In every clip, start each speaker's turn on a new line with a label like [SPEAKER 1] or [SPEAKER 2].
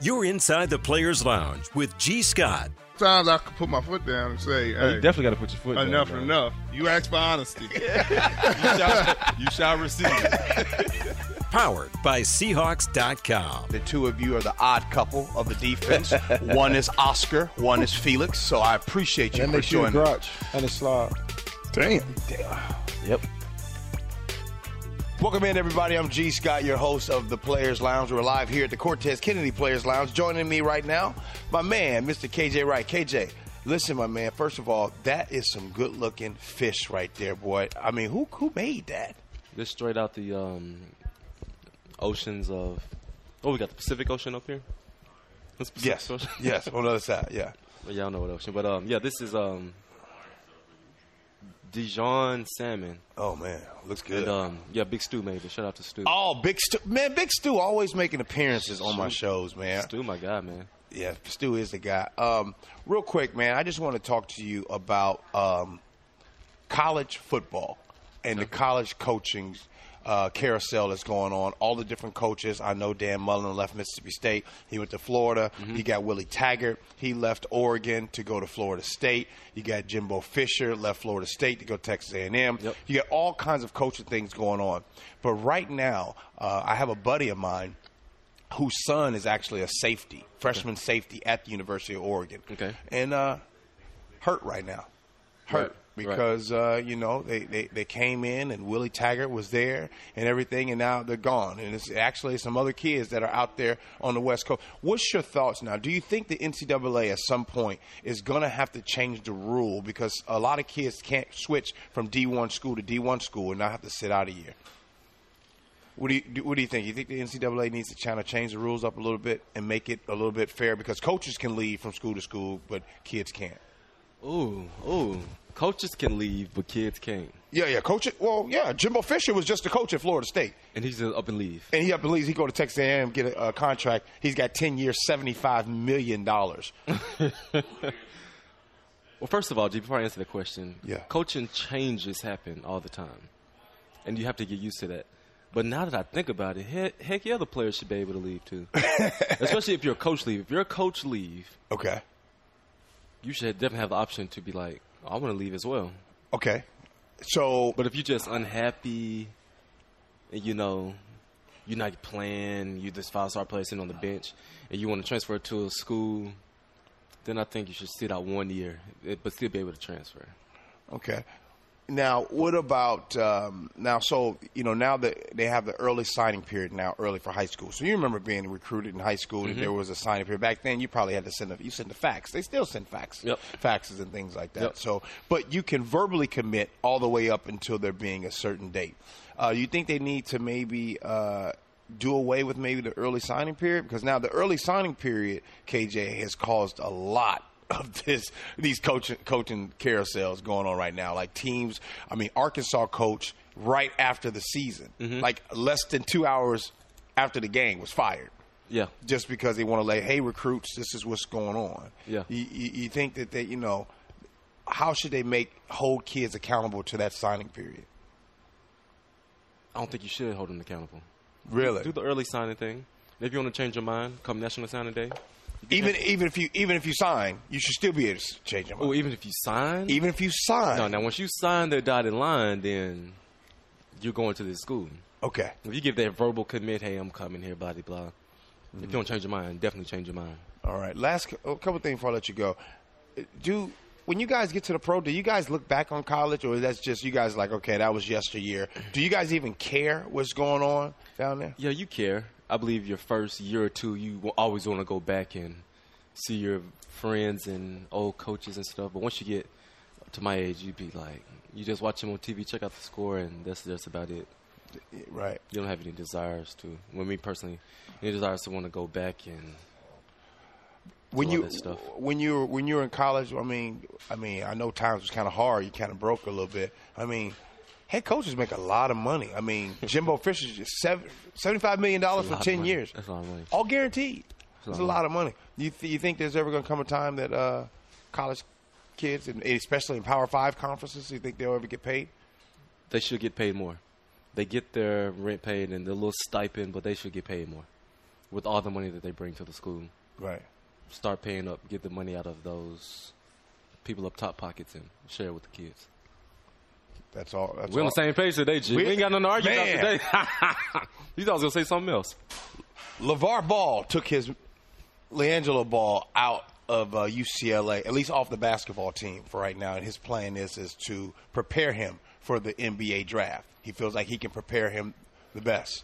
[SPEAKER 1] You're inside the Players Lounge with G. Scott.
[SPEAKER 2] Sometimes I could put my foot down and say,
[SPEAKER 3] Oh, you
[SPEAKER 2] hey,
[SPEAKER 3] definitely got to put your foot down,
[SPEAKER 2] enough
[SPEAKER 3] bro.
[SPEAKER 2] enough. You asked for honesty.
[SPEAKER 4] You shall, you shall receive.
[SPEAKER 1] Powered by Seahawks.com.
[SPEAKER 5] The two of you are the odd couple of the defense. one is Oscar, one is Felix. So I appreciate you
[SPEAKER 6] That
[SPEAKER 5] for
[SPEAKER 6] makes you a
[SPEAKER 5] joining. us.
[SPEAKER 6] grouch and a slob.
[SPEAKER 2] Damn.
[SPEAKER 3] Yep.
[SPEAKER 5] Welcome in, everybody. I'm G. Scott, your host of the Players Lounge. We're live here at the Cortez Kennedy Players Lounge. Joining me right now, my man, Mr. KJ Wright. KJ, listen, my man. First of all, that is some good-looking fish right there, boy. I mean, who who made that?
[SPEAKER 7] This straight out the um, oceans of. Oh, we got the Pacific Ocean up here. That's Pacific
[SPEAKER 5] Yes,
[SPEAKER 7] Ocean.
[SPEAKER 5] yes. On the other side, yeah.
[SPEAKER 7] Well, y'all know what ocean, but um, yeah, this is um, Dijon salmon.
[SPEAKER 5] Oh man, looks good.
[SPEAKER 7] And, um, yeah, Big Stu made it. Shout out to Stu.
[SPEAKER 5] Oh, Big Stu, man, Big Stu always making appearances on my shows, man.
[SPEAKER 7] Stu, my guy, man.
[SPEAKER 5] Yeah, Stu is the guy. Um, real quick, man, I just want to talk to you about um, college football and the college coaching uh, carousel that's going on. All the different coaches. I know Dan Mullen left Mississippi State. He went to Florida. He got Willie Taggart. He left Oregon to go to Florida State. You got Jimbo Fisher left Florida State to go Texas A&M.
[SPEAKER 7] Yep.
[SPEAKER 5] You got all kinds of coaching things going on. But right now, uh, I have a buddy of mine whose son is actually a safety, freshman safety at the University of Oregon.
[SPEAKER 7] Okay.
[SPEAKER 5] And uh, hurt right now. Hurt.
[SPEAKER 7] Right, right.
[SPEAKER 5] Because uh, you know they, they, they came in and Willie Taggart was there and everything and now they're gone and it's actually some other kids that are out there on the West Coast. What's your thoughts now? Do you think the NCAA at some point is going to have to change the rule because a lot of kids can't switch from D one school to D one school and not have to sit out a year? What do you do, what do you think? You think the NCAA needs to kind of change the rules up a little bit and make it a little bit fair because coaches can leave from school to school, but kids can't.
[SPEAKER 7] Ooh, ooh. Coaches can leave, but kids can't.
[SPEAKER 5] Yeah, yeah, coach. Well, yeah, Jimbo Fisher was just a coach at Florida State,
[SPEAKER 7] And he's just up and leave.
[SPEAKER 5] and he up and leaves. He go to Texas A&M, get a, a contract. He's got ten years, seventy five million dollars.
[SPEAKER 7] Well, first of all, G, before I answer the question,
[SPEAKER 5] Yeah.
[SPEAKER 7] coaching changes happen all the time, and you have to get used to that. But now that I think about it, heck, heck yeah, the players should be able to leave too. Especially if you're a coach leave. If you're a coach leave,
[SPEAKER 5] Okay,
[SPEAKER 7] you should definitely have the option to be like, "Oh, I want to leave as well.
[SPEAKER 5] okay. So,
[SPEAKER 7] But if you're just unhappy, and you know, you're not playing, you just five star player sitting on the bench, and you want to transfer to a school, then I think you should sit out one year, eh, but still be able to transfer.
[SPEAKER 5] Okay. Now, what about um, now? So you know now that they have the early signing period now, early for high school. So you remember being recruited in high school, and there was a signing period back then. You probably had to send a, you send a fax. They still send fax,
[SPEAKER 7] Yep.
[SPEAKER 5] faxes and things like that.
[SPEAKER 7] Yep.
[SPEAKER 5] So, but you can verbally commit all the way up until there being a certain date. Uh, you think they need to maybe uh, do away with maybe the early signing period because now the early signing period, KJ, has caused a lot of this these coaching coaching carousels going on right now. Like teams, I mean, Arkansas coach right after the season, like less than two hours after the game was fired
[SPEAKER 7] Yeah.
[SPEAKER 5] just because they want to lay, hey, recruits, this is what's going on.
[SPEAKER 7] Yeah.
[SPEAKER 5] You, you, you think that they, you know, how should they make hold kids accountable to that signing period?
[SPEAKER 7] I don't think you should hold them accountable.
[SPEAKER 5] Really?
[SPEAKER 7] Do the early signing thing. And if you want to change your mind, come National Signing Day.
[SPEAKER 5] even even if you even if you sign, you should still be able to change them.
[SPEAKER 7] Or even if you sign.
[SPEAKER 5] even if you sign.
[SPEAKER 7] no, now once you sign their dotted line, then you're going to this school.
[SPEAKER 5] Okay.
[SPEAKER 7] If you give that verbal commit, hey, I'm coming here, blah, blah, blah. If
[SPEAKER 5] Mm-hmm.
[SPEAKER 7] you don't change your mind, definitely change your mind.
[SPEAKER 5] All right. Last cou- a couple things before I let you go. Do when you guys get to the pro, do you guys look back on college, or that's just you guys like, okay, that was yesteryear? Do you guys even care what's going on down there?
[SPEAKER 7] Yeah, you care. I believe your first year or two, you will always want to go back and see your friends and old coaches and stuff. But once you get to my age, you be like, you just watch them on TV, check out the score, and that's just about it.
[SPEAKER 5] Right.
[SPEAKER 7] you don't have any desires to. Well, me personally, any desires to want to go back and
[SPEAKER 5] when
[SPEAKER 7] all
[SPEAKER 5] you
[SPEAKER 7] that stuff.
[SPEAKER 5] when you were when you were in college, I mean, I mean, I know times was kind of hard. You kind of broke a little bit. I mean, head coaches make a lot of money. I mean, Jimbo Fisher's just seven, seventy-five million dollars for
[SPEAKER 7] lot of
[SPEAKER 5] ten
[SPEAKER 7] money.
[SPEAKER 5] years.
[SPEAKER 7] That's a lot of money.
[SPEAKER 5] All guaranteed. It's a
[SPEAKER 7] lot of
[SPEAKER 5] lot of money. You th- you think there's ever going to come a time that uh, college kids, and especially in Power Five conferences, you think they'll ever get paid?
[SPEAKER 7] they should get paid more. They get their rent paid and their little stipend, but they should get paid more. with all the money that they bring to the school.
[SPEAKER 5] Right.
[SPEAKER 7] Start paying up, get the money out of those people up top pockets, and share it with the kids.
[SPEAKER 5] That's all. That's
[SPEAKER 7] We're on
[SPEAKER 5] all.
[SPEAKER 7] the same page today, G. We,
[SPEAKER 5] We-
[SPEAKER 7] ain't got nothing to argue
[SPEAKER 5] Man.
[SPEAKER 7] about today. you thought I was gonna say something else.
[SPEAKER 5] LeVar Ball took his LeAngelo Ball out of uh, UCLA, at least off the basketball team for right now. And his plan is is to prepare him for the NBA draft. He feels like he can prepare him the best.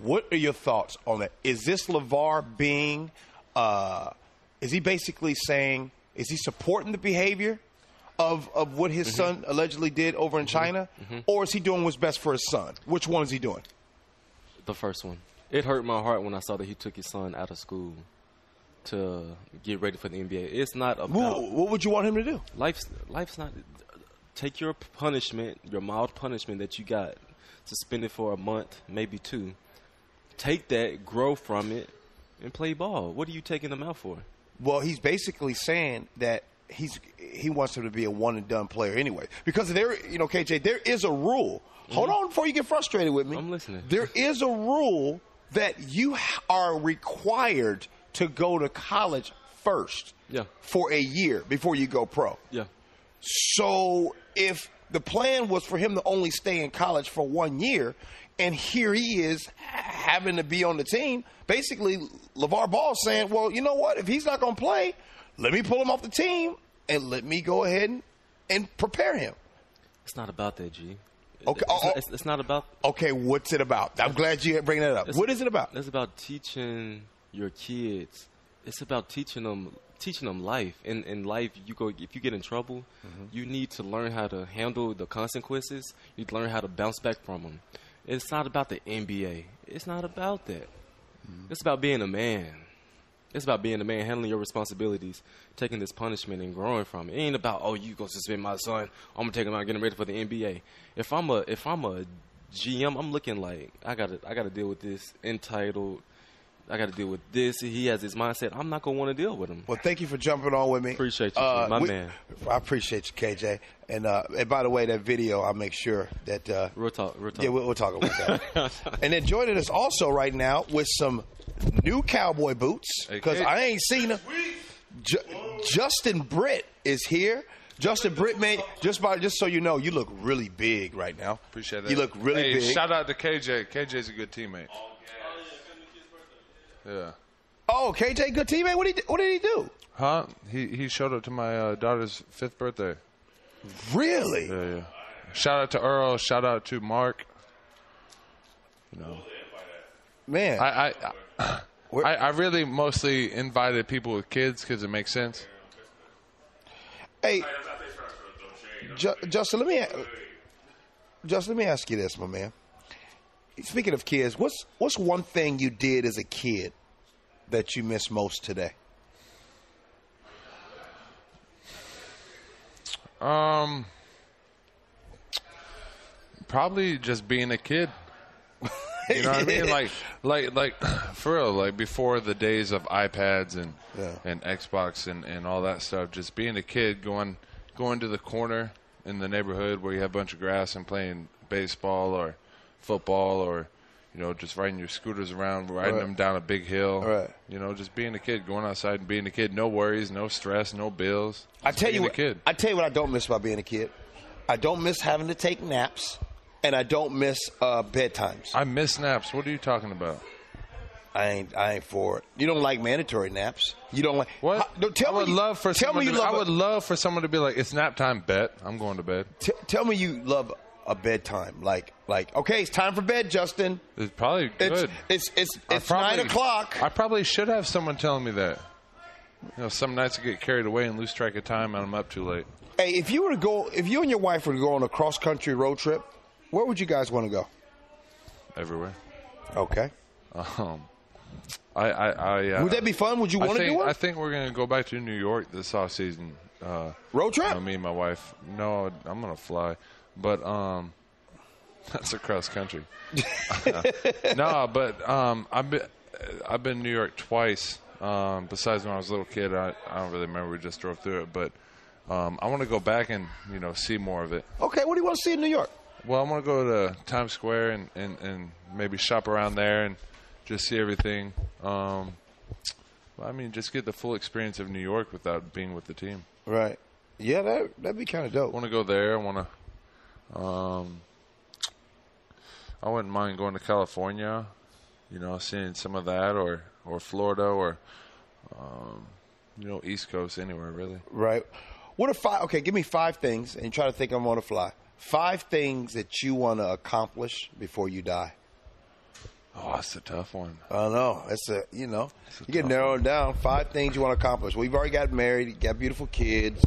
[SPEAKER 5] What are your thoughts on that? Is this LeVar being? Uh, is he basically saying? Is he supporting the behavior? Of, of what his son allegedly did over in China, or is he doing what's best for his son? Which one is he doing?
[SPEAKER 7] The first one. It hurt my heart when I saw that he took his son out of school to get ready for the NBA. It's not about
[SPEAKER 5] What, what would you want him to do?
[SPEAKER 7] life's life's not take your punishment your mild punishment that you got suspended for a month maybe two take that grow from it and play ball what are you taking them out for
[SPEAKER 5] Well, he's basically saying that he's he wants him to be a one and done player anyway. Because there, you know, KJ, there is a rule. Hold on before you get frustrated with me.
[SPEAKER 7] Mm-hmm. I'm listening.
[SPEAKER 5] There is a rule that you h- are required to go to college first.
[SPEAKER 7] Yeah.
[SPEAKER 5] For a year before you go pro.
[SPEAKER 7] yeah
[SPEAKER 5] So if the plan was for him to only stay in college for one year, and here he is having to be on the team, basically LeVar Ball saying, well, you know what? If he's not going to play, let me pull him off the team and let me go ahead and, and prepare him.
[SPEAKER 7] it's not about that g
[SPEAKER 5] Okay,
[SPEAKER 7] it's,
[SPEAKER 5] oh, oh.
[SPEAKER 7] it's, it's not about
[SPEAKER 5] Okay, what's it about? I'm glad you bring that up.
[SPEAKER 7] It's-
[SPEAKER 5] What is it about?
[SPEAKER 7] It's about teaching your kids. It's about teaching them teaching them life. And in life, you go if you get in trouble,
[SPEAKER 5] Mm-hmm.
[SPEAKER 7] you need to learn how to handle the consequences. You learn how to bounce back from them. It's not about the NBA. It's not about that.
[SPEAKER 5] Mm-hmm.
[SPEAKER 7] It's about being a man. It's about being a man, handling your responsibilities, taking this punishment and growing from it. It ain't about oh you gonna suspend my son. I'm gonna take him out, and get him ready for the NBA. If I'm a if I'm a GM, I'm looking like I gotta I gotta deal with this entitled. I gotta deal with this. He has his mindset. I'm not gonna want to deal with him.
[SPEAKER 5] Well, thank you for jumping on with me. Uh,
[SPEAKER 7] Appreciate you, my man.
[SPEAKER 5] I appreciate you, KJ. And uh, and by the way, that video, I'll make sure that uh,
[SPEAKER 7] Real talk, real talk.
[SPEAKER 5] Yeah, we'll, we'll talk about that. and then joining us also right now with some new cowboy boots because
[SPEAKER 4] Okay.
[SPEAKER 5] I ain't seen them. Ju- Justin Britt is here. Justin Britt, man, just by just so you know, you look really big right now.
[SPEAKER 4] Appreciate that.
[SPEAKER 5] You look really
[SPEAKER 4] hey,
[SPEAKER 5] big.
[SPEAKER 4] Shout out to KJ. KJ's a good teammate. Yeah.
[SPEAKER 5] oh, KJ, good teammate. What did he, do- what did he do?
[SPEAKER 4] Huh? He he showed up to my uh, daughter's fifth birthday.
[SPEAKER 5] Really?
[SPEAKER 4] Yeah, yeah. Shout out to Earl. Shout out to Mark. You know,
[SPEAKER 5] Man,
[SPEAKER 4] I I, I I really mostly invited people with kids because it makes sense.
[SPEAKER 5] hey, Ju- Justin, let me a- Justin, let me ask you this, my man. Speaking of kids, what's what's one thing you did as a kid that you miss most today?
[SPEAKER 4] Um, probably just being a kid. You know what I mean? Like, like, like, for real. Like before the days of iPads and
[SPEAKER 5] Yeah.
[SPEAKER 4] and Xbox and and all that stuff. Just being a kid, going going to the corner in the neighborhood where you have a bunch of grass and playing baseball or football or you know just riding your scooters around, riding
[SPEAKER 5] Right.
[SPEAKER 4] them down a big hill.
[SPEAKER 5] Right.
[SPEAKER 4] You know, just being a kid, going outside and being a kid. No worries, no stress, no bills.
[SPEAKER 5] I
[SPEAKER 4] Just
[SPEAKER 5] tell
[SPEAKER 4] being
[SPEAKER 5] you
[SPEAKER 4] a
[SPEAKER 5] what,
[SPEAKER 4] kid.
[SPEAKER 5] I tell you what I don't miss about being a kid. I don't miss having to take naps, and I don't miss uh, bedtimes.
[SPEAKER 4] I miss naps. What are you talking about?
[SPEAKER 5] I ain't I ain't for it. You don't like mandatory naps. You don't like
[SPEAKER 4] What?
[SPEAKER 5] How- no, tell
[SPEAKER 4] I would
[SPEAKER 5] me. you-
[SPEAKER 4] love for
[SPEAKER 5] tell
[SPEAKER 4] someone
[SPEAKER 5] me you
[SPEAKER 4] to be-
[SPEAKER 5] love.
[SPEAKER 4] I would
[SPEAKER 5] a,
[SPEAKER 4] love for someone to be like, "It's nap time, bet I'm going to bed."
[SPEAKER 5] t- tell me you love a bedtime. Like like okay, it's time for bed, Justin.
[SPEAKER 4] It's probably
[SPEAKER 5] It's
[SPEAKER 4] good.
[SPEAKER 5] it's it's
[SPEAKER 4] I
[SPEAKER 5] it's
[SPEAKER 4] probably-
[SPEAKER 5] nine o'clock.
[SPEAKER 4] I probably should have someone telling me that. You know, some nights I get carried away and lose track of time, and I'm up too late.
[SPEAKER 5] Hey, if you were to go, if you and your wife were to go on a cross country road trip, where would you guys want to go?
[SPEAKER 4] Everywhere.
[SPEAKER 5] Okay,
[SPEAKER 4] Um, I, I, I. Uh,
[SPEAKER 5] would that be fun? Would you
[SPEAKER 4] I
[SPEAKER 5] want to
[SPEAKER 4] think-
[SPEAKER 5] do
[SPEAKER 4] I
[SPEAKER 5] it?
[SPEAKER 4] think we're gonna go back to New York this off season. Uh,
[SPEAKER 5] Road trip?
[SPEAKER 4] Uh, me and my wife. No, I'm gonna fly, but um, that's across country. no, but um, I've been I've been to New York twice. Um, besides when I was a little kid, I, I don't really remember. We just drove through it, but um, I want to go back and you know see more of it.
[SPEAKER 5] Okay, what do you want to see in New York?
[SPEAKER 4] Well, I want to go to Times Square and, and, and maybe shop around there and just see everything. Um, well, I mean, just get the full experience of New York without being with the team.
[SPEAKER 5] Right. Yeah, that that'd be kind of
[SPEAKER 4] I
[SPEAKER 5] dope.
[SPEAKER 4] want to go there. I want to. Um, I wouldn't mind going to California, you know, seeing some of that, or or Florida, or um, you know, East Coast, anywhere really.
[SPEAKER 5] Right. What are five? Okay, give me five things and try to think of them on the fly. Five things that you want to accomplish before you die.
[SPEAKER 4] Oh, that's a tough one.
[SPEAKER 5] I know. It's a you know
[SPEAKER 4] a
[SPEAKER 5] you get
[SPEAKER 4] tough
[SPEAKER 5] narrowed down. Five things you want to accomplish. Well, you've already got married. You got beautiful kids.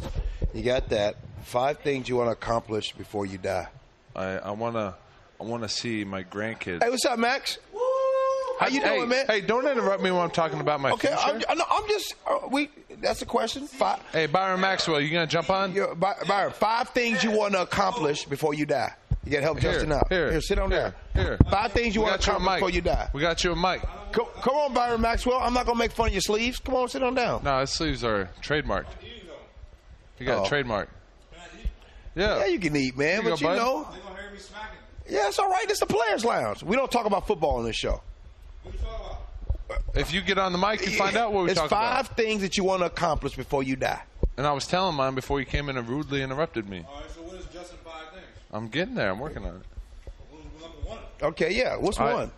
[SPEAKER 5] You got that. Five things you want to accomplish before you die.
[SPEAKER 4] I I want to I want to see my grandkids.
[SPEAKER 5] Hey, what's up, Max? How you
[SPEAKER 4] hey,
[SPEAKER 5] doing, man?
[SPEAKER 4] Hey, don't interrupt me when I'm talking about my
[SPEAKER 5] okay, I'm,
[SPEAKER 4] future.
[SPEAKER 5] I know, I'm just uh, we. That's a question. Five.
[SPEAKER 4] hey, Byron Maxwell, you gonna jump on?
[SPEAKER 5] You're, By- Byron, five things you want to accomplish before you die. You got to help
[SPEAKER 4] Here,
[SPEAKER 5] Justin out.
[SPEAKER 4] here,
[SPEAKER 5] sit on
[SPEAKER 4] here,
[SPEAKER 5] there.
[SPEAKER 4] here.
[SPEAKER 5] Five things you
[SPEAKER 4] We
[SPEAKER 5] want
[SPEAKER 4] got
[SPEAKER 5] to
[SPEAKER 4] you a
[SPEAKER 5] accomplish
[SPEAKER 4] mic
[SPEAKER 5] before you die.
[SPEAKER 4] We got you a mic.
[SPEAKER 5] Co- come on, Byron Maxwell. I'm not going to make fun of your sleeves. Come on, sit on down.
[SPEAKER 4] No, his sleeves are trademarked. You got
[SPEAKER 5] Oh.
[SPEAKER 4] a trademark. Yeah.
[SPEAKER 5] Yeah, you can eat, man,
[SPEAKER 4] Here you
[SPEAKER 5] but
[SPEAKER 4] go,
[SPEAKER 5] you
[SPEAKER 4] bud.
[SPEAKER 5] know. Yeah, it's all right. It's the Players Lounge. We don't talk about football on this show.
[SPEAKER 4] if you get on the mic, you find out what we
[SPEAKER 5] It's
[SPEAKER 4] talk
[SPEAKER 5] five
[SPEAKER 4] about.
[SPEAKER 5] things that you want to accomplish before you die.
[SPEAKER 4] And I was telling mine before you came in and rudely interrupted me.
[SPEAKER 6] All right, so what is Justin five things?
[SPEAKER 4] I'm getting there. I'm working on it.
[SPEAKER 6] What was number one?
[SPEAKER 5] Okay, yeah. What's
[SPEAKER 4] I- uh,
[SPEAKER 5] one?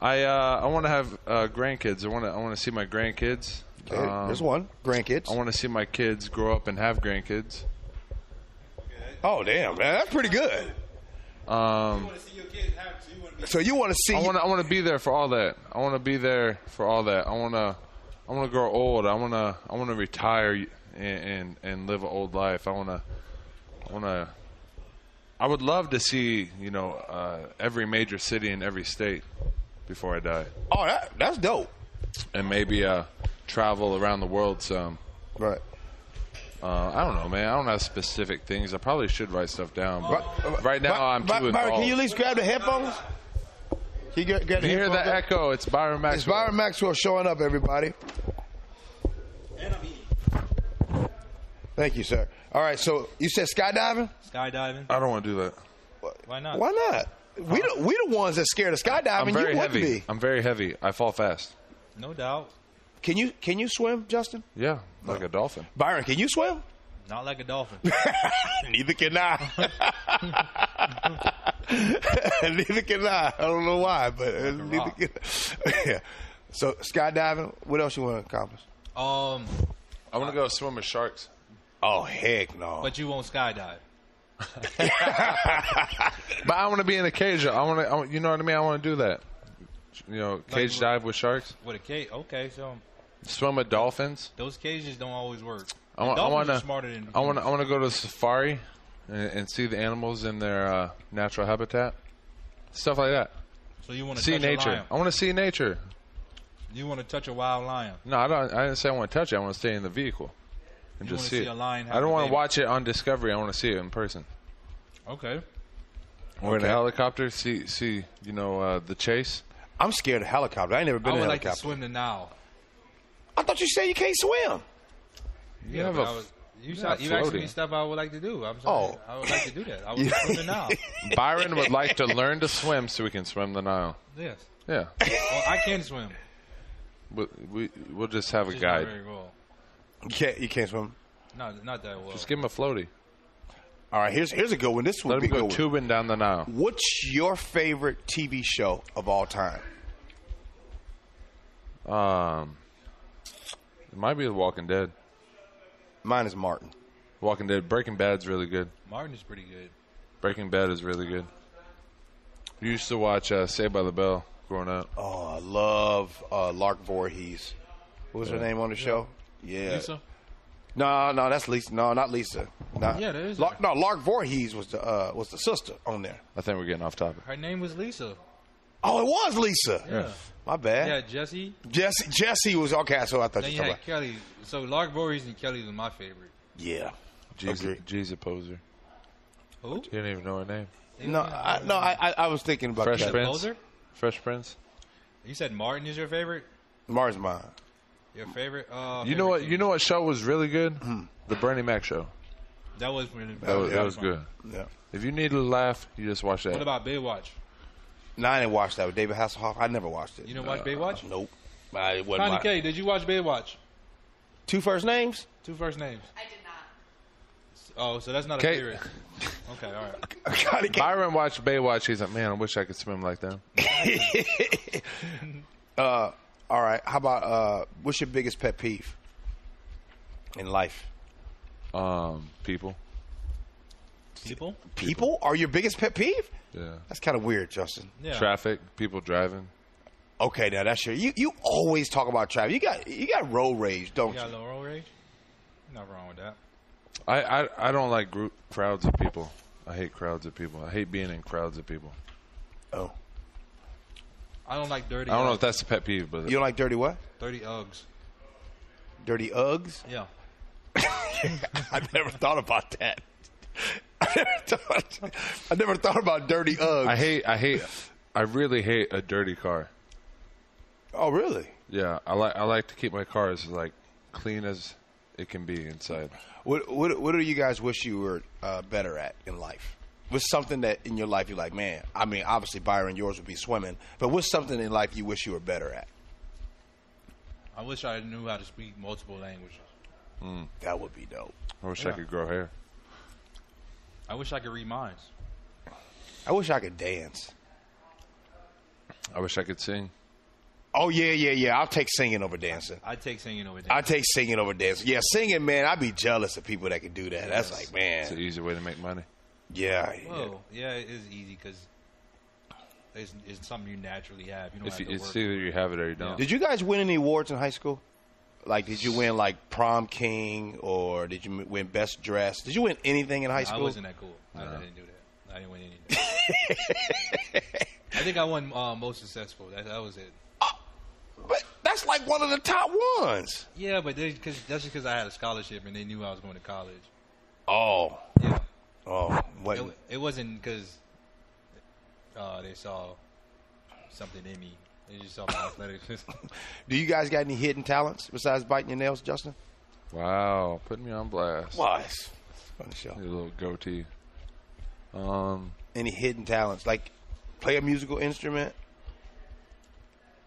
[SPEAKER 4] I uh, I want to have uh, grandkids. I want to I want to see my grandkids.
[SPEAKER 5] Okay,
[SPEAKER 4] Um,
[SPEAKER 5] there's one. Grandkids.
[SPEAKER 4] I want to see my kids grow up and have grandkids.
[SPEAKER 5] oh, damn, man. That's pretty good.
[SPEAKER 6] You want to see your kids have? So you want
[SPEAKER 5] So you want
[SPEAKER 6] to be?
[SPEAKER 5] to see.
[SPEAKER 4] Um, I want to I want to be there for all that. I want to be there for all that. I want to I want to grow old. I want to I want to retire and, and and live an old life. I want to I want to I would love to see, you know, uh, every major city in every state before I die.
[SPEAKER 5] oh, that, that's dope.
[SPEAKER 4] And maybe uh travel around the world some.
[SPEAKER 5] Right.
[SPEAKER 4] Uh, I don't know, man. I don't have specific things. I probably should write stuff down,
[SPEAKER 5] uh,
[SPEAKER 4] but right now
[SPEAKER 5] Byron-
[SPEAKER 4] I'm too
[SPEAKER 5] Byron,
[SPEAKER 4] involved.
[SPEAKER 5] Byron, can you at least grab the headphones? Can you get, grab the
[SPEAKER 4] you hear
[SPEAKER 5] headphones?
[SPEAKER 4] that echo? It's Byron Maxwell.
[SPEAKER 5] It's Byron Maxwell showing up, everybody.
[SPEAKER 6] And I'm eating.
[SPEAKER 5] Thank you, sir. All right, so you said skydiving?
[SPEAKER 6] Skydiving.
[SPEAKER 4] I don't want to do that.
[SPEAKER 6] Why not?
[SPEAKER 5] Why not? We the, we the ones that scared of skydiving.
[SPEAKER 4] I'm very
[SPEAKER 5] you
[SPEAKER 4] heavy.
[SPEAKER 5] wouldn't be.
[SPEAKER 4] I'm very heavy. I fall fast.
[SPEAKER 6] No doubt.
[SPEAKER 5] Can you can you swim, Justin?
[SPEAKER 4] Yeah, like a dolphin.
[SPEAKER 5] Byron, can you swim?
[SPEAKER 6] Not like a dolphin.
[SPEAKER 5] Neither can I. neither can I. I don't know why, but uh, neither
[SPEAKER 6] rock.
[SPEAKER 5] can I. yeah. So skydiving. What else you want to accomplish?
[SPEAKER 6] um,
[SPEAKER 4] I want to go swim with sharks.
[SPEAKER 5] Oh heck no!
[SPEAKER 6] but you won't skydive.
[SPEAKER 4] But I want to be in a cage. I want to. You know what I mean? I want to do that. You know, cage
[SPEAKER 6] what?
[SPEAKER 4] dive with sharks.
[SPEAKER 6] With a cage. Okay, so
[SPEAKER 4] Swim with dolphins.
[SPEAKER 6] those cages don't always work.
[SPEAKER 4] I want. I
[SPEAKER 6] Dolphins
[SPEAKER 4] want
[SPEAKER 6] are smarter than
[SPEAKER 4] to. I want. I want to go to safari and, and see the animals in their uh, natural habitat. Stuff like that.
[SPEAKER 6] So you want to
[SPEAKER 4] See
[SPEAKER 6] touch a
[SPEAKER 4] nature.
[SPEAKER 6] lion.
[SPEAKER 4] I want to see nature.
[SPEAKER 6] You want to touch a wild lion.
[SPEAKER 4] No, I don't. I didn't say I want to touch it. I want to stay in the vehicle and
[SPEAKER 6] You
[SPEAKER 4] just
[SPEAKER 6] wanna
[SPEAKER 4] see,
[SPEAKER 6] see
[SPEAKER 4] it.
[SPEAKER 6] a lion
[SPEAKER 4] I
[SPEAKER 6] have
[SPEAKER 4] don't
[SPEAKER 6] a
[SPEAKER 4] want to
[SPEAKER 6] baby.
[SPEAKER 4] watch it on Discovery. I want to see it in person.
[SPEAKER 6] Okay.
[SPEAKER 4] Or in a helicopter, see see you know uh, the chase.
[SPEAKER 5] I'm scared of helicopter. I ain't never been
[SPEAKER 6] I
[SPEAKER 5] in a
[SPEAKER 6] would like
[SPEAKER 5] helicopter.
[SPEAKER 6] to swim the Nile.
[SPEAKER 5] I thought you said you can't swim.
[SPEAKER 4] You have
[SPEAKER 6] but
[SPEAKER 4] a
[SPEAKER 6] I
[SPEAKER 4] f-
[SPEAKER 6] was- you,
[SPEAKER 4] you
[SPEAKER 6] shot,
[SPEAKER 4] have
[SPEAKER 6] you asked me
[SPEAKER 4] floating.
[SPEAKER 6] stuff I would like to do. I'm sorry.
[SPEAKER 5] Oh.
[SPEAKER 6] I would like to do that. I would swim the Nile.
[SPEAKER 4] Byron would like to learn to swim so we can swim the Nile.
[SPEAKER 6] Yes.
[SPEAKER 4] Yeah,
[SPEAKER 6] Well, I can swim.
[SPEAKER 4] we, we we'll just have a
[SPEAKER 6] Just not
[SPEAKER 4] guide.
[SPEAKER 6] very well.
[SPEAKER 5] You can't. You can't swim.
[SPEAKER 6] Not, not that well.
[SPEAKER 4] Just give him a floaty.
[SPEAKER 5] All right. Here's here's a good one. This would
[SPEAKER 4] Let
[SPEAKER 5] be
[SPEAKER 4] him
[SPEAKER 5] a good
[SPEAKER 4] go
[SPEAKER 5] one.
[SPEAKER 4] tubing down the Nile.
[SPEAKER 5] What's your favorite TV show of all time?
[SPEAKER 4] Um, it might be The Walking Dead.
[SPEAKER 5] Mine is Martin.
[SPEAKER 4] Walking Dead. Breaking Bad's really good.
[SPEAKER 6] Martin is pretty good.
[SPEAKER 4] Breaking Bad is really good. You used to watch uh, Saved by the Bell growing up.
[SPEAKER 5] Oh, I love uh, Lark Voorhees. What was her name on the show? Yeah.
[SPEAKER 6] Lisa?
[SPEAKER 5] No, no, that's Lisa. No, not Lisa. No.
[SPEAKER 6] Yeah, there is
[SPEAKER 5] Lark, no, Lark Voorhees was the uh, was the sister on there.
[SPEAKER 4] I think we're getting off topic.
[SPEAKER 6] Her name was Lisa.
[SPEAKER 5] Oh, it was Lisa.
[SPEAKER 6] Yeah.
[SPEAKER 5] My bad.
[SPEAKER 6] Yeah, Jesse.
[SPEAKER 5] Jesse Jesse was okay. So I thought
[SPEAKER 6] Then
[SPEAKER 5] you
[SPEAKER 6] you
[SPEAKER 5] were
[SPEAKER 6] had
[SPEAKER 5] talking about.
[SPEAKER 6] Kelly. So Lark Voorhees and Kelly was my favorite.
[SPEAKER 5] Yeah.
[SPEAKER 4] Jesus,
[SPEAKER 5] Agree.
[SPEAKER 4] Jesus poser.
[SPEAKER 6] Who?
[SPEAKER 4] You didn't even know her name.
[SPEAKER 5] No, I, no, I, I- I was thinking about
[SPEAKER 4] Fresh
[SPEAKER 5] Kelly.
[SPEAKER 4] Prince.
[SPEAKER 6] Poser?
[SPEAKER 4] Fresh Prince.
[SPEAKER 6] You said Martin is your favorite?
[SPEAKER 5] Mars mine.
[SPEAKER 6] Your favorite? Uh,
[SPEAKER 4] You know
[SPEAKER 6] favorite
[SPEAKER 4] what?
[SPEAKER 6] TV?
[SPEAKER 4] You know what show was really good? The Bernie Mac show.
[SPEAKER 6] That was really
[SPEAKER 4] That was, that was good.
[SPEAKER 5] Yeah.
[SPEAKER 4] If you need to laugh, you just watch that.
[SPEAKER 6] What about Baywatch?
[SPEAKER 5] No, I didn't watch that with David Hasselhoff. I never watched it. Uh,
[SPEAKER 6] You didn't watch
[SPEAKER 4] Uh,
[SPEAKER 6] Baywatch?
[SPEAKER 5] Nope. I, it wasn't
[SPEAKER 6] Connie
[SPEAKER 5] my,
[SPEAKER 6] K, did you watch Baywatch?
[SPEAKER 5] Two first names?
[SPEAKER 6] Two first names.
[SPEAKER 8] I did not.
[SPEAKER 6] Oh, so that's not
[SPEAKER 4] Kate-
[SPEAKER 6] a series. Okay, all right.
[SPEAKER 5] Connie K.
[SPEAKER 4] Byron watched Baywatch. He's like, man, I wish I could swim like them.
[SPEAKER 5] Uh, all right. How about uh, what's your biggest pet peeve in life?
[SPEAKER 4] Um, people.
[SPEAKER 6] People?
[SPEAKER 5] People are your biggest pet peeve?
[SPEAKER 4] Yeah.
[SPEAKER 5] That's kind of weird, Justin.
[SPEAKER 6] Yeah.
[SPEAKER 4] Traffic. People driving.
[SPEAKER 5] Okay, now that's your. You, you always talk about traffic. You got you got road rage, don't
[SPEAKER 6] You
[SPEAKER 5] you?
[SPEAKER 6] got a little road rage? Not wrong with that.
[SPEAKER 4] I, I, I don't like group crowds of people. I hate crowds of people. I hate being in crowds of people.
[SPEAKER 5] Oh,
[SPEAKER 6] I don't like dirty
[SPEAKER 4] I don't know
[SPEAKER 6] Uggs.
[SPEAKER 4] if that's a pet peeve, but
[SPEAKER 5] you don't like dirty what?
[SPEAKER 6] dirty Uggs.
[SPEAKER 5] Dirty Uggs?
[SPEAKER 6] Yeah.
[SPEAKER 5] I never thought about that. I never thought, I never thought about dirty Uggs.
[SPEAKER 4] I hate I hate I really hate a dirty car.
[SPEAKER 5] oh, really?
[SPEAKER 4] Yeah, I like I like to keep my cars like clean as it can be inside.
[SPEAKER 5] What what what do you guys wish you were uh, better at in life? What's something that in your life you're like, man? I mean, obviously Byron, yours would be swimming, but what's something in life you wish you were better at?
[SPEAKER 6] I wish I knew how to speak multiple languages.
[SPEAKER 5] That would be dope.
[SPEAKER 4] I wish I
[SPEAKER 6] Yeah.
[SPEAKER 4] could grow hair.
[SPEAKER 6] I wish I could read minds.
[SPEAKER 5] I wish I could dance.
[SPEAKER 4] I wish I could sing.
[SPEAKER 5] Oh yeah, yeah, yeah. I'll take singing over dancing.
[SPEAKER 6] I'd take singing over there.
[SPEAKER 5] I take singing over dancing. Yeah, singing, man. I'd be jealous of people that can do that. That's like,
[SPEAKER 4] It's an
[SPEAKER 5] man.
[SPEAKER 4] easy way to make money.
[SPEAKER 5] Yeah, yeah.
[SPEAKER 6] Whoa. Yeah, it is easy because it's, it's something you naturally have. You don't
[SPEAKER 4] If
[SPEAKER 6] have
[SPEAKER 4] you,
[SPEAKER 6] to
[SPEAKER 4] it's
[SPEAKER 6] work.
[SPEAKER 4] either you have it or you don't.
[SPEAKER 5] Did you guys win any awards in high school? Like, did you win like prom king or did you m- win best dress? Did you win anything in high
[SPEAKER 6] I
[SPEAKER 5] school?
[SPEAKER 6] wasn't that cool. I, I didn't do that. I didn't win anything. I think I won uh, most successful. That, that was it.
[SPEAKER 5] But that's like one of the top ones.
[SPEAKER 6] Yeah, but they, cause, that's just because I had a scholarship and they knew I was going to college.
[SPEAKER 5] Oh,
[SPEAKER 6] Yeah.
[SPEAKER 5] oh, wait.
[SPEAKER 6] It, it wasn't because uh, they saw something in me. They just saw my athleticism.
[SPEAKER 5] Do you guys got any hidden talents besides biting your nails, Justin?
[SPEAKER 4] Wow, putting me on blast.
[SPEAKER 5] Wise. On the show.
[SPEAKER 4] Your little goatee. Um,
[SPEAKER 5] Any hidden talents? Like play a musical instrument?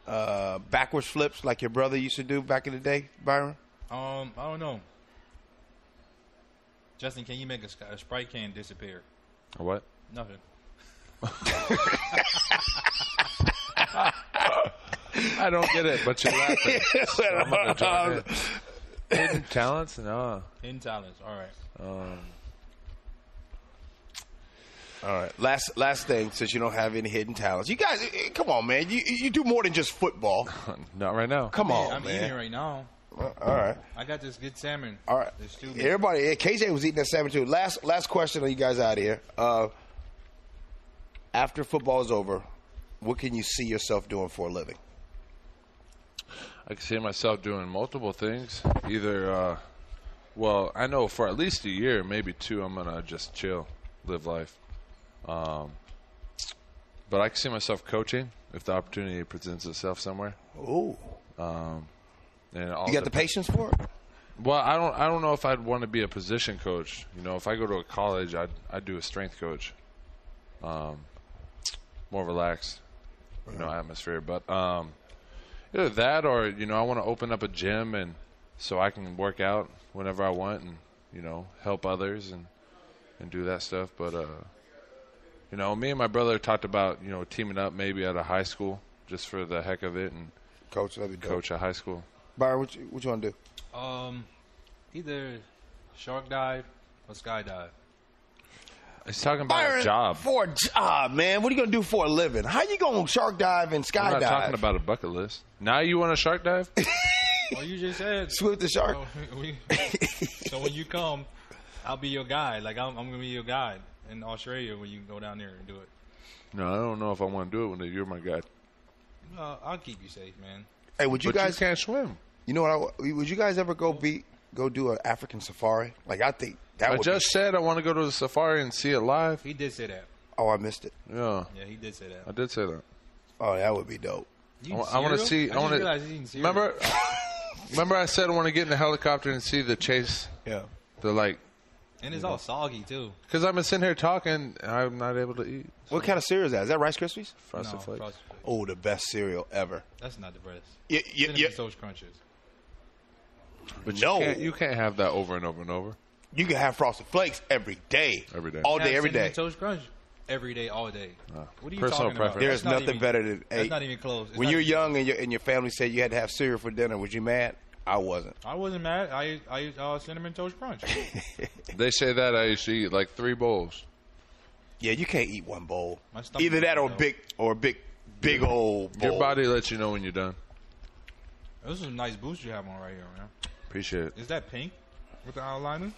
[SPEAKER 5] Uh, backwards flips like your brother used to do back in the day, Byron?
[SPEAKER 6] um, I don't know. Justin, can you make a, sc- a sprite can disappear?
[SPEAKER 4] a what?
[SPEAKER 6] Nothing.
[SPEAKER 4] I don't get it, but you're laughing. so I'm gonna join in. Hidden talents? No.
[SPEAKER 6] In talents. All right.
[SPEAKER 5] All right. Last last thing, since you don't have any hidden talents, you guys, eh, eh, come on, man. You you do more than just football.
[SPEAKER 4] Not right now.
[SPEAKER 5] Come on,
[SPEAKER 6] I'm
[SPEAKER 5] man.
[SPEAKER 6] eating right now.
[SPEAKER 5] Uh, All right,
[SPEAKER 6] I got this good salmon.
[SPEAKER 5] all right.
[SPEAKER 6] This stew.
[SPEAKER 5] Everybody, eh, KJ was eating that salmon too. Last last question, are you guys out of here? Uh, after football is over, what can you see yourself doing for a living?
[SPEAKER 4] I can see myself doing multiple things. Either, uh, well, I know for at least a year, maybe two, I'm gonna just chill, live life. Um, but I can see myself coaching if the opportunity presents itself somewhere.
[SPEAKER 5] Ooh,
[SPEAKER 4] And
[SPEAKER 5] you got the patience for it?
[SPEAKER 4] Well, I don't. I don't know if I'd want to be a position coach. You know, if I go to a college, I'd I'd do a strength coach. Um, more relaxed, you know, atmosphere. But um, either that or you know, I want to open up a gym and so I can work out whenever I want and you know help others and and do that stuff. But uh, you know, me and my brother talked about you know teaming up maybe at a high school just for the heck of it and
[SPEAKER 5] Coach, that'd be dope.
[SPEAKER 4] coach a high school.
[SPEAKER 5] Byron, what you, what you want
[SPEAKER 4] Uh,
[SPEAKER 5] to do?
[SPEAKER 6] Um, either shark dive or skydive.
[SPEAKER 4] He's talking about a job.
[SPEAKER 5] for a job, man. What are you gonna do for a living? How you gonna shark dive and
[SPEAKER 4] I'm
[SPEAKER 5] skydive?
[SPEAKER 4] not talking about a bucket list. Now you want a shark dive?
[SPEAKER 6] Well, you just said.
[SPEAKER 5] Swift the shark.
[SPEAKER 6] So, we- so when you come, I'll be your guide. Like I'm, I'm gonna be your guide in Australia when you go down there and do it.
[SPEAKER 4] no, I don't know if I want to do it when you're my guy.
[SPEAKER 6] Uh, I'll keep you safe, man.
[SPEAKER 5] Hey, would you
[SPEAKER 4] but
[SPEAKER 5] guys?
[SPEAKER 4] you can't swim.
[SPEAKER 5] You know what? I, would you guys ever go be go do an African safari? Like I think that
[SPEAKER 4] I
[SPEAKER 5] would.
[SPEAKER 4] just said I want to go to the safari and see it live.
[SPEAKER 6] He did say that.
[SPEAKER 5] be, oh, I missed it.
[SPEAKER 4] Yeah,
[SPEAKER 6] Yeah, he did say that.
[SPEAKER 4] I did say that.
[SPEAKER 5] Oh, that would be dope.
[SPEAKER 6] You
[SPEAKER 4] I wa-
[SPEAKER 6] eating
[SPEAKER 4] I want to
[SPEAKER 6] cereal?
[SPEAKER 4] see. I
[SPEAKER 6] just
[SPEAKER 4] want
[SPEAKER 6] realized he's eating
[SPEAKER 4] to.
[SPEAKER 6] cereal.
[SPEAKER 4] Remember, remember I said I want to get in the helicopter and see the chase,
[SPEAKER 5] Yeah.
[SPEAKER 4] the like
[SPEAKER 6] And it's all soggy too.
[SPEAKER 4] Because I've been sitting here talking, and I'm not able to eat
[SPEAKER 5] What kind of cereal is that? Is that Rice Krispies?
[SPEAKER 4] Frosted
[SPEAKER 6] No,
[SPEAKER 4] Flakes.
[SPEAKER 6] Frosted Flakes.
[SPEAKER 5] Oh, the best cereal ever.
[SPEAKER 6] That's not the best.
[SPEAKER 5] Yeah, yeah,
[SPEAKER 6] Cinnamon
[SPEAKER 5] yeah.
[SPEAKER 6] Toast Crunches.
[SPEAKER 5] no,
[SPEAKER 4] You can't, you can't have that over and over and over.
[SPEAKER 5] You can have Frosted Flakes every day.
[SPEAKER 4] Every day.
[SPEAKER 5] All
[SPEAKER 6] Have
[SPEAKER 5] day, every
[SPEAKER 6] Cinnamon
[SPEAKER 5] day.
[SPEAKER 6] Toast Crunch every day, all day. what are you
[SPEAKER 4] personal
[SPEAKER 6] talking about?
[SPEAKER 4] preference.
[SPEAKER 5] There's
[SPEAKER 6] That's not
[SPEAKER 5] nothing
[SPEAKER 6] even-
[SPEAKER 5] better than
[SPEAKER 6] That's
[SPEAKER 5] hey,
[SPEAKER 6] not even close. It's
[SPEAKER 5] when
[SPEAKER 6] not
[SPEAKER 5] you're
[SPEAKER 6] even-
[SPEAKER 5] young and, your and your family said you had to have cereal for dinner, was you mad? I wasn't.
[SPEAKER 6] I wasn't mad. I ate- I ate, uh, cinnamon toast crunch.
[SPEAKER 4] They say that I used to eat like three bowls.
[SPEAKER 5] Yeah, you can't eat one bowl.
[SPEAKER 6] My stomach
[SPEAKER 5] Either that or
[SPEAKER 6] hurt, though.
[SPEAKER 5] big or big big old bowl.
[SPEAKER 4] Your body lets you know when you're done.
[SPEAKER 6] this is a nice boost you have on right here, man.
[SPEAKER 4] Appreciate it.
[SPEAKER 6] Is that pink with the outliner?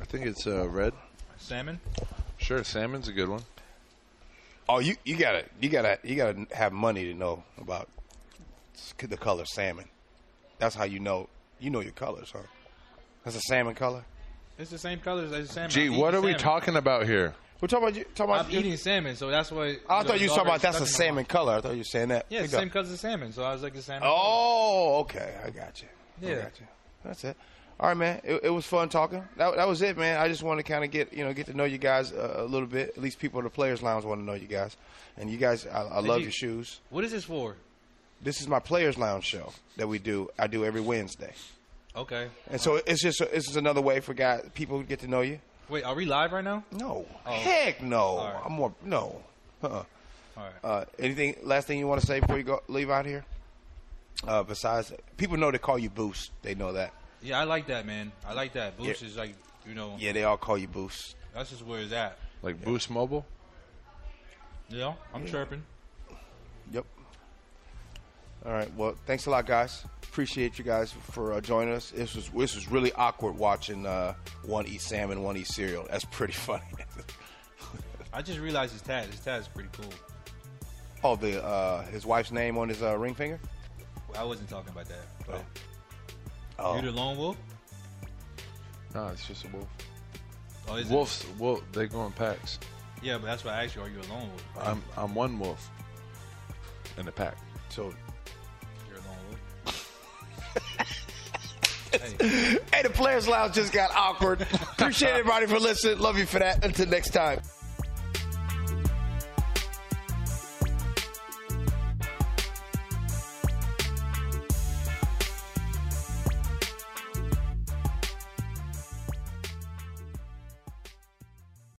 [SPEAKER 4] I think it's uh, red.
[SPEAKER 6] Salmon.
[SPEAKER 4] Sure, salmon's a good one.
[SPEAKER 5] Oh, you, you gotta you gotta you gotta have money to know about s- the color salmon. That's how you know you know your colors, huh? That's a salmon color.
[SPEAKER 6] It's the same colors as salmon.
[SPEAKER 4] Gee,
[SPEAKER 6] I'm
[SPEAKER 4] what are
[SPEAKER 6] eating
[SPEAKER 4] we
[SPEAKER 6] salmon.
[SPEAKER 4] talking about here?
[SPEAKER 5] We're talking about you talking about
[SPEAKER 6] I'm eating salmon, so that's why.
[SPEAKER 5] I thought you were talking about that's a
[SPEAKER 6] Stuck in my
[SPEAKER 5] salmon
[SPEAKER 6] mind.
[SPEAKER 5] color. I thought you were saying that.
[SPEAKER 6] Yeah, it's
[SPEAKER 5] Pick
[SPEAKER 6] the
[SPEAKER 5] up.
[SPEAKER 6] same colors as salmon, so I was like the salmon.
[SPEAKER 5] Oh, okay. I got you. I
[SPEAKER 6] Yeah.
[SPEAKER 5] got you. That's it. All right, man. It, it was fun talking. That, that was it, man. I just want to kind of get you know get to know you guys a, a little bit. At least people in the players' lounge want to know you guys. And you guys, I, I love
[SPEAKER 6] you-
[SPEAKER 5] your shoes.
[SPEAKER 6] What is this for?
[SPEAKER 5] This is my players' lounge show that we do. I do every Wednesday,
[SPEAKER 6] Okay.
[SPEAKER 5] and so it's just it's just another way for guys people to get to know you.
[SPEAKER 6] Wait, are we live right now?
[SPEAKER 5] No, heck no.
[SPEAKER 6] Oh. All right.
[SPEAKER 5] I'm more no. Uh-uh.
[SPEAKER 6] All right.
[SPEAKER 5] Uh, anything last thing you want to say before you go leave out here? Uh, besides, people know they call you Boost. They know that.
[SPEAKER 6] yeah, I like that, man. I like that. Boost
[SPEAKER 5] Yeah.
[SPEAKER 6] is like, you know,
[SPEAKER 5] Yeah, they all call you Boost.
[SPEAKER 6] that's just where it's at.
[SPEAKER 4] Like Boost Mobile?
[SPEAKER 6] You know, I'm chirping.
[SPEAKER 5] Yep. All right. Well, thanks a lot, guys. Appreciate you guys for uh, joining us. This was this was really awkward watching uh, one eat salmon, one eat cereal. That's pretty funny.
[SPEAKER 6] I just realized his tat. His tat is pretty cool.
[SPEAKER 5] oh, the uh, his wife's name on his uh, ring finger.
[SPEAKER 6] I wasn't talking about that.
[SPEAKER 5] Oh.
[SPEAKER 6] But
[SPEAKER 5] Oh,
[SPEAKER 6] You the lone wolf?
[SPEAKER 4] No, it's just a wolf.
[SPEAKER 6] Oh, is it?
[SPEAKER 4] Wolves, wolf, they go in packs.
[SPEAKER 6] Yeah, but that's why I asked you, are you a lone wolf?
[SPEAKER 4] I'm, I'm one wolf in a pack.
[SPEAKER 5] so
[SPEAKER 6] You're a lone wolf. hey,
[SPEAKER 5] hey, the players' lounge just got awkward. Appreciate everybody for listening. Love you for that. Until next time.